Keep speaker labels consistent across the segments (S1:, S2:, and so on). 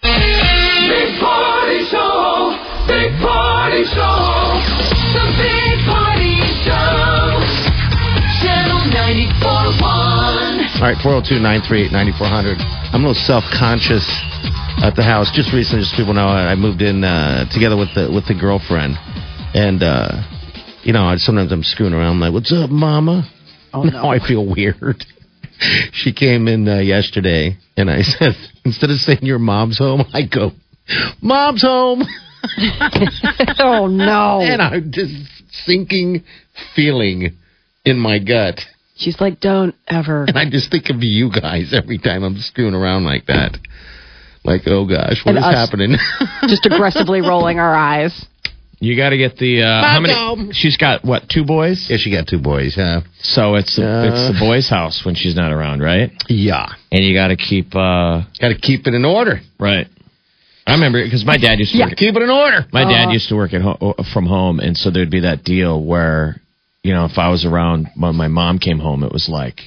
S1: Big party show. Big party show. The big party show. Channel 94.1.
S2: All right, 402 938 9400. I'm a little self conscious at the house. Just recently, just so people know, I I moved in uh, together with the, with the girlfriend. And, uh, you know, I, sometimes I'm screwing around. I'm like, what's up, mama? Oh, no. I feel weird. she came in uh, yesterday, and I said, instead of saying your mom's home, I go, mom's home.
S3: Oh no!
S2: And I'm just sinking feeling in my gut.
S3: She's like, don't ever.
S2: And I just think of you guys every time I'm screwing around like that. Like, oh gosh, what
S3: And
S2: is
S3: us.
S2: happening?
S3: Just aggressively rolling our eyes.
S4: You got to get the uh, how
S2: dog.
S4: many? She's got what? Two boys.
S2: yeah, she got two boys, huh?
S4: So it's the,
S2: Yeah.
S4: it's the boys' house when she's not around, right?
S2: Yeah.
S4: And you got to keep uh,
S2: Got to keep it in order.
S4: right. I remember because my dad used to work.
S2: Keep it in order.
S4: My dad used to work at ho- from home, and so there'd be that deal where you know if I was around when my mom came home, it was like,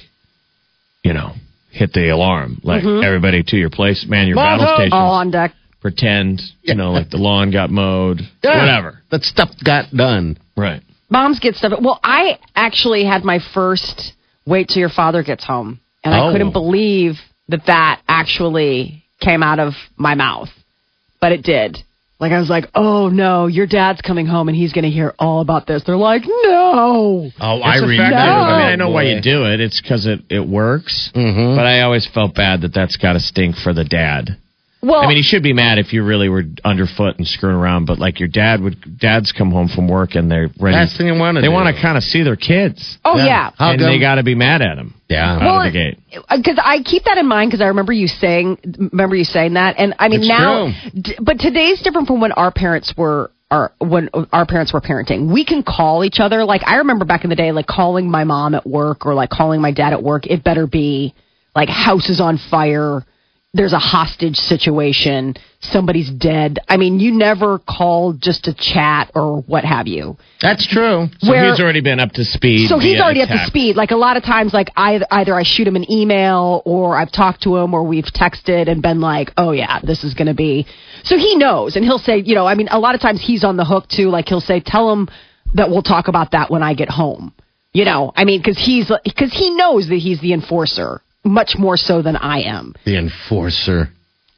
S4: you know, hit the alarm, like everybody to your place, man, your
S2: Mm-hmm. Mom,
S4: battle
S2: home.
S4: station,
S3: All on deck.
S4: pretend, you know, like the lawn got mowed,
S2: Yeah.
S4: whatever,
S2: That stuff got done.
S4: right?
S3: Moms get stuff. Well, I actually had my first wait till your father gets home, and
S2: Oh.
S3: I couldn't believe that that actually came out of my mouth, but it did. Like I was like, oh no, your dad's coming home and he's going to hear all about this. They're like, no.
S2: Oh,
S4: I remember. I mean, I know why
S2: boy.
S4: you do it. It's because it it works.
S2: Mhm.
S4: But I always felt bad that that's got to stink for the dad.
S3: Well,
S4: I mean, he should be mad if you really were underfoot and screwing around. But like your dad would, dads come home from work and they're ready.
S2: Last thing you wanna
S4: They
S2: do.
S4: want to kind of see their kids.
S3: oh yeah.
S2: How
S4: and
S2: come-
S4: they got to be mad at him.
S2: Yeah.
S4: Out
S3: Well,
S4: of the gate.
S3: because Uh, I keep that in mind because I remember you saying, remember you saying that, and I mean
S2: It's
S3: now,
S2: true.
S3: d- but today's different from when our parents were. Our, when our parents were parenting, we can call each other. Like I remember back in the day, like calling my mom at work or like calling my dad at work. It better be like house is on fire, there's a hostage situation, somebody's dead. I mean, you never called just to chat or what have you.
S2: That's true.
S4: So
S3: where-
S4: he's already been up to speed.
S3: So he's
S4: via
S3: already up
S4: attack.
S3: to speed. Like a lot of times, like I, either I shoot him an email or I've talked to him or we've texted and been like, oh yeah, this is going to be. So he knows and he'll say, you know, I mean, a lot of times he's on the hook too. Like he'll say, tell him that we'll talk about that when I get home. You know, I mean, because he's because he knows that he's the enforcer much more so than I am.
S2: The enforcer.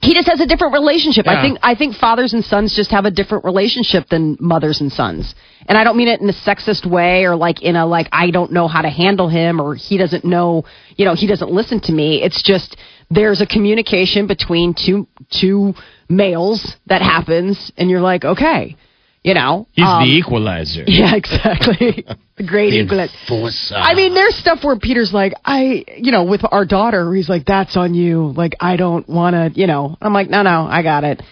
S3: He just has a different relationship.
S2: Yeah.
S3: I think I think fathers and sons just have a different relationship than mothers and sons. And I don't mean it in a sexist way or like in a like I don't know how to handle him or he doesn't know, you know, he doesn't listen to me. It's just there's a communication between two two males that happens and you're like, okay, you know.
S4: He's
S3: um,
S4: the equalizer.
S3: Yeah, exactly. the great equalizer.
S2: Enforcer.
S3: I mean, there's stuff where Peter's like, I, you know, with our daughter, he's like, that's on you. Like, I don't want to, you know. I'm like, no, no, I got it.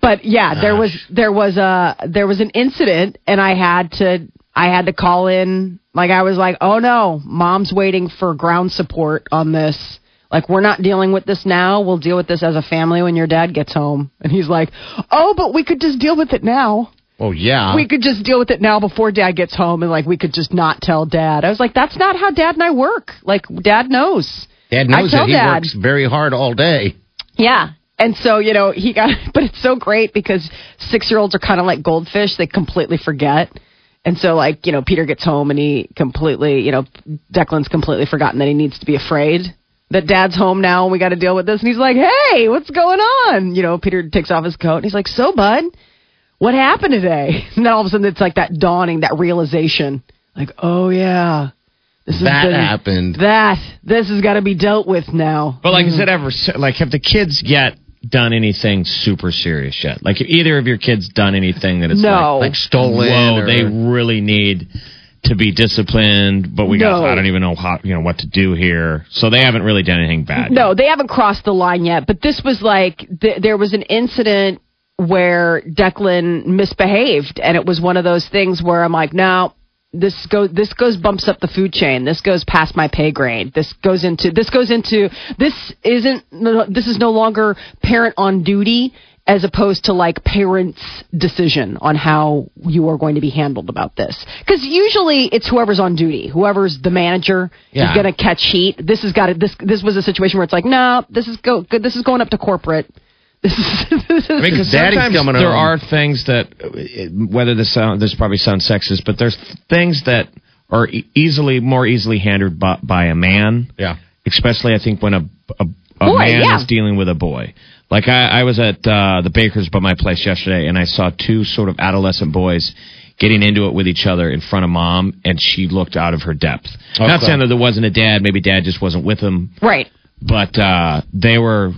S3: But yeah, there was there was a there was an incident, and I had to I had to call in. Like, I was like, oh no, mom's waiting for ground support on this. Like, we're not dealing with this now. We'll deal with this as a family when your dad gets home. And he's like, oh, but we could just deal with it now
S2: Oh yeah.
S3: we could just deal with it now before dad gets home and like we could just not tell dad. I was like, that's not how dad and I work. Like dad knows.
S2: dad knows
S3: I tell
S2: that he
S3: dad.
S2: works very hard all day.
S3: Yeah. And so, you know, he got but it's so great because six year olds are kinda like goldfish. They completely forget. And so like, you know, Peter gets home and he completely you know, Declan's completely forgotten that he needs to be afraid. That dad's home now and we gotta deal with this and he's like, Hey, what's going on? You know, Peter takes off his coat and he's like, So bud, what happened today? And then all of a sudden it's like that dawning, that realization. Like, oh yeah. This has
S2: That
S3: been-
S2: happened.
S3: That this has got to be dealt with now.
S4: But like, is it ever like have the kids yet done anything super serious yet? Like, have either of your kids done anything that it's
S3: No.
S4: like,
S2: Like stolen
S4: Whoa,
S2: or-
S4: they really need to be disciplined, but we
S3: No.
S4: got. I don't even know how you know what to do here. So they haven't really done anything bad.
S3: No, they haven't crossed the line yet. But this was like th- there was an incident where Declan misbehaved, and it was one of those things where I'm like, no, this go this goes bumps up the food chain. This goes past my pay grade. This goes into this goes into this isn't no- this is no longer parent on duty as opposed to like parents decision on how you are going to be handled about this because usually it's whoever's on duty whoever's the manager
S2: Yeah.
S3: is going to catch heat this has got to this this was a situation where it's like no this is go this is going up to corporate this is, this is
S4: I mean, 'cause
S2: Daddy's
S4: sometimes
S2: coming
S4: there
S2: home.
S4: are things that, uh, whether this sound, this probably sounds sexist, but there's things that are e- easily more easily handled by, by a man.
S2: Yeah.
S4: Especially, I think when a a, a
S3: Boy,
S4: man
S3: yeah.
S4: is dealing with a boy. Like I, I was at uh, the Baker's by my place yesterday, and I saw two sort of adolescent boys getting into it with each other in front of mom, and she looked out of her depth. Not
S2: Okay.
S4: saying that there wasn't a dad, maybe dad just wasn't with him,
S3: right
S4: but uh, they were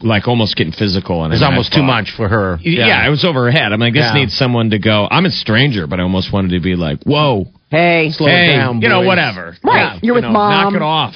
S4: like almost getting physical, and
S2: It's
S4: and I
S2: almost too
S4: thought-
S2: much for her.
S4: yeah. it was over her head. I'm like, this
S2: Yeah.
S4: needs someone to go. I'm a stranger, but I almost wanted to be like, whoa,
S3: hey
S2: Slow
S4: hey,
S2: down,
S4: you know,
S2: boys.
S4: whatever.
S3: Right,
S4: Yeah,
S3: you're with
S4: know,
S3: mom.
S4: Knock it off.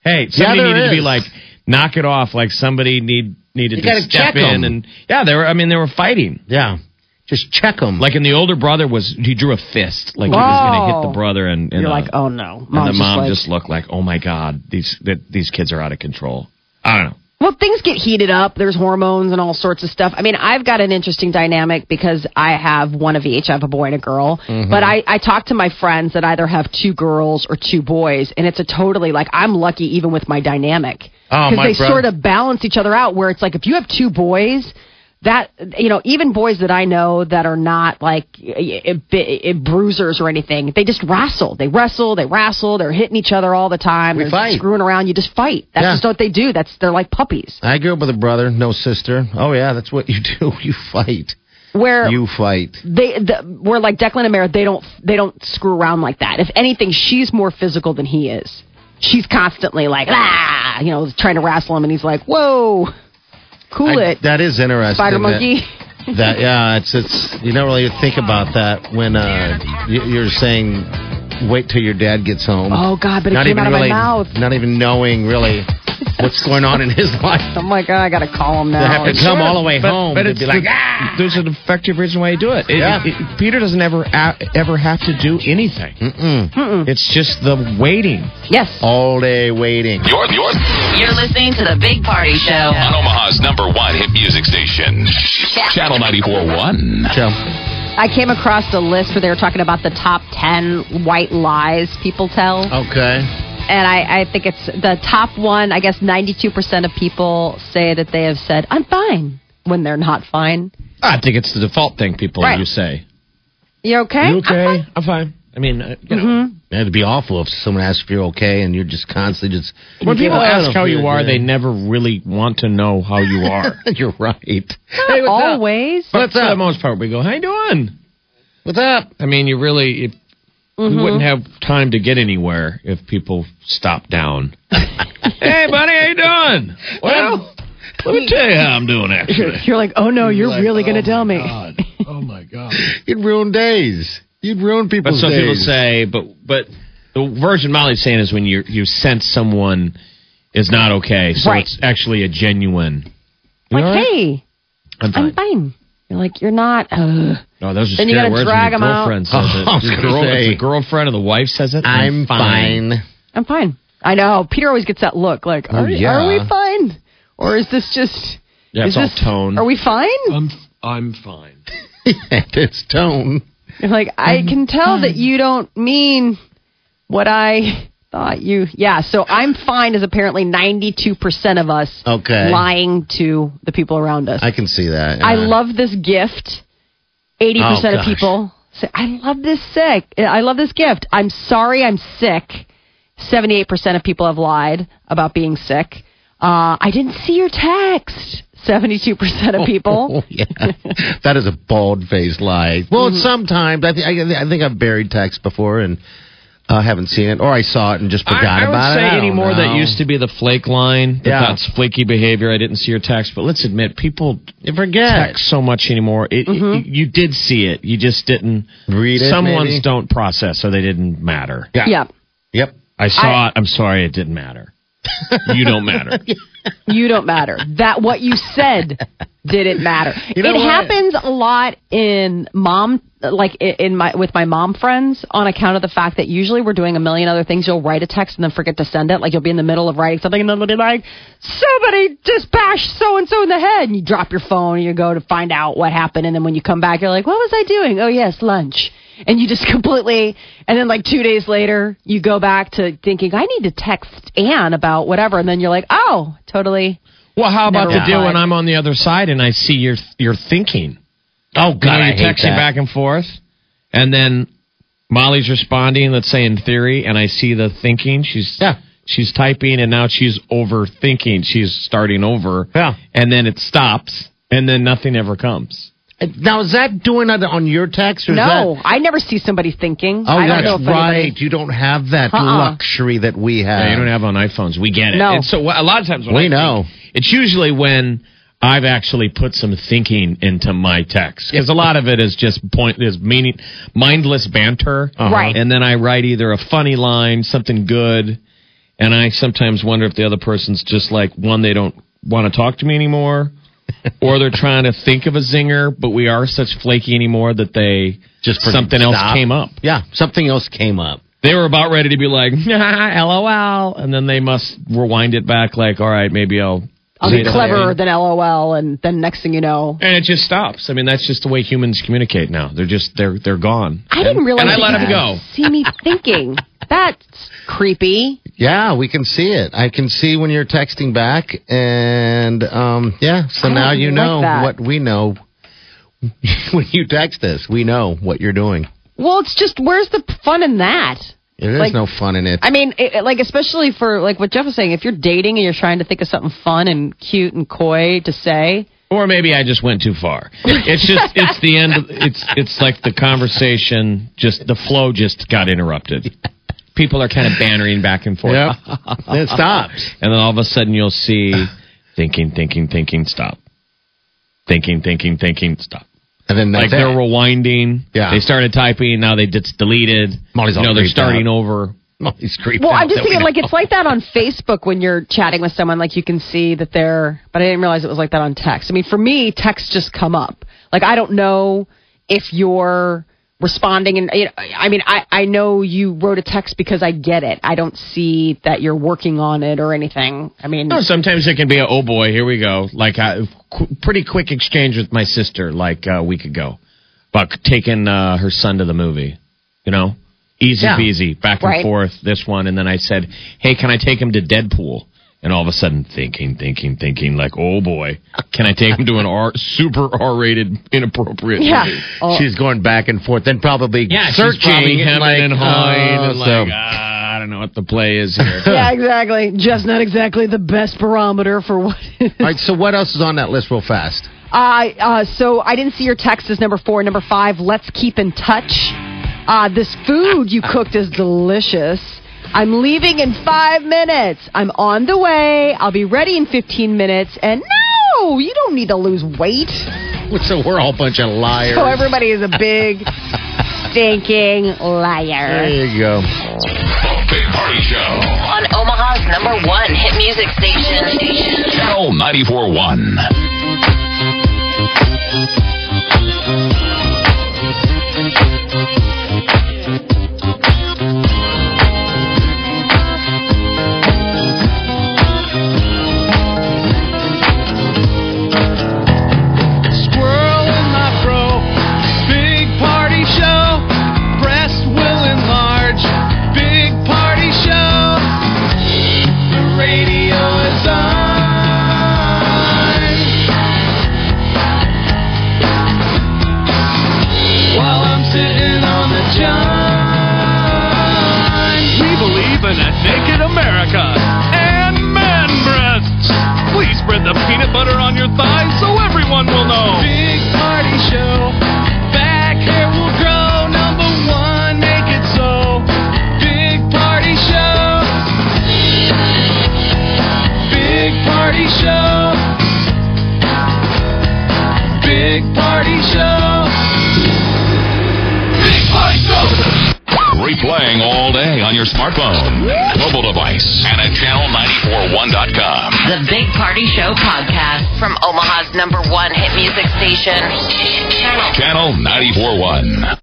S4: Hey, somebody
S2: there
S4: needed to be
S2: is.
S4: like, knock it off. Like somebody need needed
S2: You
S4: to
S2: gotta
S4: step
S2: check
S4: in
S2: 'em.
S4: and yeah, they were. I mean, they were fighting.
S2: Yeah. Just check them.
S4: Like, and the older brother was he drew a fist, like he was going to
S3: Whoa.
S4: hit the brother, and, and
S3: you're
S4: uh,
S3: like oh no
S4: and the
S3: Mom's
S4: mom
S3: like-
S4: just looked like, oh my god, these that these kids are out of control. I don't know.
S3: Well, things get heated up. There's hormones and all sorts of stuff. I mean, I've got an interesting dynamic because I have one of each. I have a boy and a girl.
S2: Mm-hmm.
S3: But I, I talk to my friends that either have two girls or two boys, and it's a totally like I'm lucky even with my dynamic
S2: Oh,
S3: because
S2: my
S3: they
S2: brother-
S3: sort of balance each other out. Where it's like if you have two boys. That you know, even boys that I know that are not like i i i- bruisers or anything, they just wrestle. They wrestle. They wrestle. They're hitting each other all the time.
S2: We
S3: They're
S2: fight.
S3: screwing around. You just fight. That's
S2: Yeah.
S3: just what they do. That's they're like puppies.
S2: I grew up with a brother, no sister. Oh yeah, that's what you do. You fight.
S3: where
S2: You fight.
S3: they the, where like Declan and Mara, they don't they don't screw around like that. If anything, she's more physical than he is. She's constantly like ah, you know, trying to wrestle him, and he's like, whoa, cool
S2: I-
S3: it,
S2: that is interesting.
S3: spider
S2: that-
S3: monkey.
S2: That yeah, it's it's you don't really think about that when uh you, you're saying wait till your dad gets home.
S3: Oh, God, but it came out of my
S2: really,
S3: mouth.
S2: Not even knowing really what's going on in his life.
S3: oh my god, I gotta call him
S2: They have
S3: now.
S2: to come all the way
S4: Oh, But-
S2: home.
S4: but
S2: to
S4: it's
S2: be like,
S4: the-
S2: "Ah!"
S4: there's an effective reason why you do it. It-
S2: Yeah.
S4: it- it- Peter doesn't ever a- ever have to do anything. It's just the waiting.
S3: yes.
S2: all day waiting.
S5: You're, you're
S6: You're listening to the Big Party Show.
S5: on Omaha's number one hit music station, Channel 94.1.
S2: So,
S3: I came across a list where they were talking about the top ten white lies people tell.
S2: okay.
S3: and I, I think it's the top one. I guess 92% of people say that they have said, I'm fine, when they're not fine.
S4: I think it's the default thing people
S3: Right.
S4: you say.
S3: You okay? I'm
S4: You
S3: fine.
S4: I'm fine. I mean, uh, you know.
S2: It'd be awful if someone asked if you're okay and you're just constantly just.
S4: When people
S2: I don't
S4: ask
S2: know
S4: how
S2: if
S4: you
S2: you're
S4: are,
S2: good.
S4: they never really want to know how you are.
S2: You're right.
S4: Hey, what's up?
S3: Always.
S4: But for the most part, we go, "How you doing?"
S2: What's up?
S4: I mean, you really if, you wouldn't have time to get anywhere if people stopped down. hey, buddy, how you doing? Well, let me tell you how I'm doing actually.
S3: You're like, oh no, you're really going to tell me.
S4: Oh my god.
S2: You'd ruin days. You'd ruin
S4: But
S2: people's
S4: some
S2: days.
S4: people say, but but the version Molly's saying is when you you sense someone is not okay, so
S3: Right.
S4: it's actually a genuine.
S3: Like,
S4: all right?
S3: hey,
S4: I'm fine.
S3: I'm fine. You're like, you're not. Ugh.
S4: No, those are
S3: Then you gotta
S4: scary words.
S3: drag
S4: when
S3: 'em
S4: your
S3: out.
S4: girlfriend
S2: Oh,
S4: says
S2: I was
S4: it. Your
S2: gonna
S4: girl, if
S2: say.
S4: the girlfriend or the wife says it.
S2: I'm fine.
S3: I'm fine. I know. Peter always gets that look like,
S4: Oh,
S3: are,
S2: yeah.
S3: are we fine? Or is this just.
S4: Yeah,
S3: is
S4: it's all
S3: this,
S4: tone.
S3: Are we fine?
S4: I'm I'm fine.
S2: and its tone.
S3: You're like, I can tell that you don't mean what I thought you. Yeah, so I'm fine is apparently 92% of us
S2: Okay.
S3: lying to the people around us.
S2: I can see that.
S3: I
S2: yeah.
S3: love this gift. 80%
S2: Oh,
S3: of
S2: gosh.
S3: people say, I love this sick. I love this gift. I'm sorry I'm sick. 78% of people have lied about being sick. Uh, I didn't see your text. 72% of people.
S2: Oh, yeah. that is a bald faced lie. Well,
S3: Mm-hmm.
S2: sometimes I, th- I, I think I've buried text before and uh, haven't seen it, or I saw it and just
S4: I,
S2: forgot
S4: I
S2: about it.
S4: would say
S2: I don't
S4: anymore
S2: know.
S4: that used to be the flake line. That
S2: Yeah.
S4: That's flaky behavior. I didn't see your text, but let's admit people
S2: You forget. Mm-hmm.
S4: text so much anymore. It, it- you did see it. You just didn't
S2: Read it,
S4: Some
S2: maybe?
S4: ones don't process, so they didn't matter.
S3: Yeah.
S2: Yep.
S4: I saw it. I'm sorry, it didn't matter. You don't matter.
S3: You don't matter. That what you said didn't matter.
S2: know
S3: it
S2: what?
S3: happens a lot in mom, like i- in my with my mom friends, on account of the fact that usually we're doing a million other things. You'll write a text and then forget to send it. Like you'll be in the middle of writing something and then they'll be like, "Somebody just bashed so and so in the head," and you drop your phone and you go to find out what happened. And then when you come back, you're like, "What was I doing? Oh yes, lunch." And you just completely, and then like two days later, you go back to thinking, I need to text Anne about whatever. And then you're like, oh, totally
S4: Well, how about
S3: Never
S4: the deal
S3: mind.
S4: when I'm on the other side and I see your your thinking?
S2: Oh
S4: You know,
S2: I
S4: you're
S2: hate
S4: texting
S2: that.
S4: back and forth, and then Molly's responding. Let's say in theory, and I see the thinking. She's
S2: Yeah.
S4: she's typing, and now she's overthinking. She's starting over.
S2: Yeah.
S4: and then it stops, and then nothing ever comes.
S2: Now is that doing that on your text or is that?
S3: No, I never see somebody thinking.
S2: Oh,
S3: I don't know
S2: that's
S3: if
S2: right.
S3: anybody-
S2: You don't have that
S3: Uh-uh.
S2: luxury that we have.
S4: Yeah, you don't have on iPhones. We get it.
S3: No.
S4: And so wh- a lot of times when
S2: We
S4: I think,
S2: know.
S4: it's usually when I've actually put some thinking into my text because a lot of it is just point is meaning mindless banter.
S2: Uh-huh.
S3: Right.
S4: And then I write either a funny line, something good, and I sometimes wonder if the other person's just like one they don't want to talk to me anymore. or they're trying to think of a zinger, but we are such flaky anymore that they
S2: Just for-
S4: something else
S2: stop.
S4: came up
S2: Yeah, something else came up.
S4: they were about ready to be like, LOL, and then they must rewind it back like, all right, maybe I'll.
S3: I'll be
S4: say
S3: cleverer than
S4: something."
S3: LOL, and then next thing you know,
S4: And it just stops. I mean, that's just the way humans communicate now. They're just they're they're gone.
S3: I didn't realize.
S4: And I
S3: that
S4: let
S3: you
S4: him
S3: could
S4: go.
S3: See me thinking. That's creepy.
S2: Yeah, we can see it. I can see when you're texting back, and um, yeah. So
S3: I
S2: now
S3: don't
S2: you
S3: like
S2: know
S3: that.
S2: what we know. when you text us, we know what you're doing.
S3: Well, it's just where's the fun in that?
S2: There's
S3: Like-
S2: no fun in it.
S3: I mean, it, it- like especially for like what Jeff was saying, if you're dating and you're trying to think of something fun and cute and coy to say,
S4: Or maybe I just went too far. It's just it's the end. of- It's it's like the conversation just the flow just got interrupted. People are kind of bantering back and forth,
S2: yep. it stops.
S4: and then all of a sudden you'll see thinking, thinking, thinking, stop, thinking, thinking, thinking, stop.
S2: And then
S4: like
S2: that's
S4: they're
S2: it.
S4: rewinding.
S2: Yeah.
S4: They started typing. Now they just deleted.
S2: Molly's
S4: you
S2: all
S4: know, they're
S2: creeped
S4: starting
S2: out.
S4: over.
S2: Molly's creeped
S3: well,
S2: out
S3: I'm just
S2: that we
S3: thinking like
S2: know.
S3: it's like that on Facebook when you're chatting with someone, like you can see that they're. But I didn't realize it was like that on text. I mean, for me, texts just come up. Like I don't know if you're responding, and you know, I mean, I I know you wrote a text because I get it. I don't see that you're working on it or anything. I mean,
S4: No, sometimes it can be a oh boy, here we go. Like a qu- pretty quick exchange with my sister like uh, a week ago about taking uh, her son to the movie. You know, easy
S2: Yeah.
S4: peasy, back and
S3: Right.
S4: forth. This one, and then I said, hey, can I take him to Deadpool? And all of a sudden, thinking, thinking, thinking, like, oh boy, can I take him to an R super R-rated, inappropriate?
S3: yeah.
S4: movie?
S3: Oh,
S2: She's going back and forth, then probably
S4: yeah, she's
S2: searching
S4: probably hemming
S2: like,
S4: and hawing
S2: oh,
S4: and
S2: so-
S4: like, "Ah, I don't know what the play is here.
S3: yeah, exactly. Just not exactly the best barometer for what. it is.
S2: All right, so what else is on that list, real fast?
S3: Uh, uh, so I didn't see your text is number four. Number five, let's keep in touch. Uh, this food you cooked is delicious. I'm leaving in five minutes. I'm on the way. I'll be ready in 15 minutes. And no, you don't need to lose weight.
S2: So we're all a bunch of liars.
S3: So everybody is a big, stinking
S2: there
S3: liar.
S2: you go.
S5: The Big Party Show.
S6: On Omaha's number one hit music station.
S5: Channel 941.
S4: Swirl in my fro. Big party show. Breast will enlarge. Big party show. The radio is on. While I'm sitting on the john. We believe in a naked America and man breasts. Please spread the peanut butter on your thighs so everyone will know. Big party show. Back hair will grow. Number one, make it so. Big party show. Big party show. Big party show.
S5: Big Party Show. replaying all day on your smartphone, mobile device, and at channel941.com.
S6: The Big Party Show podcast from Omaha's number one hit music station. Channel
S5: Channel 941.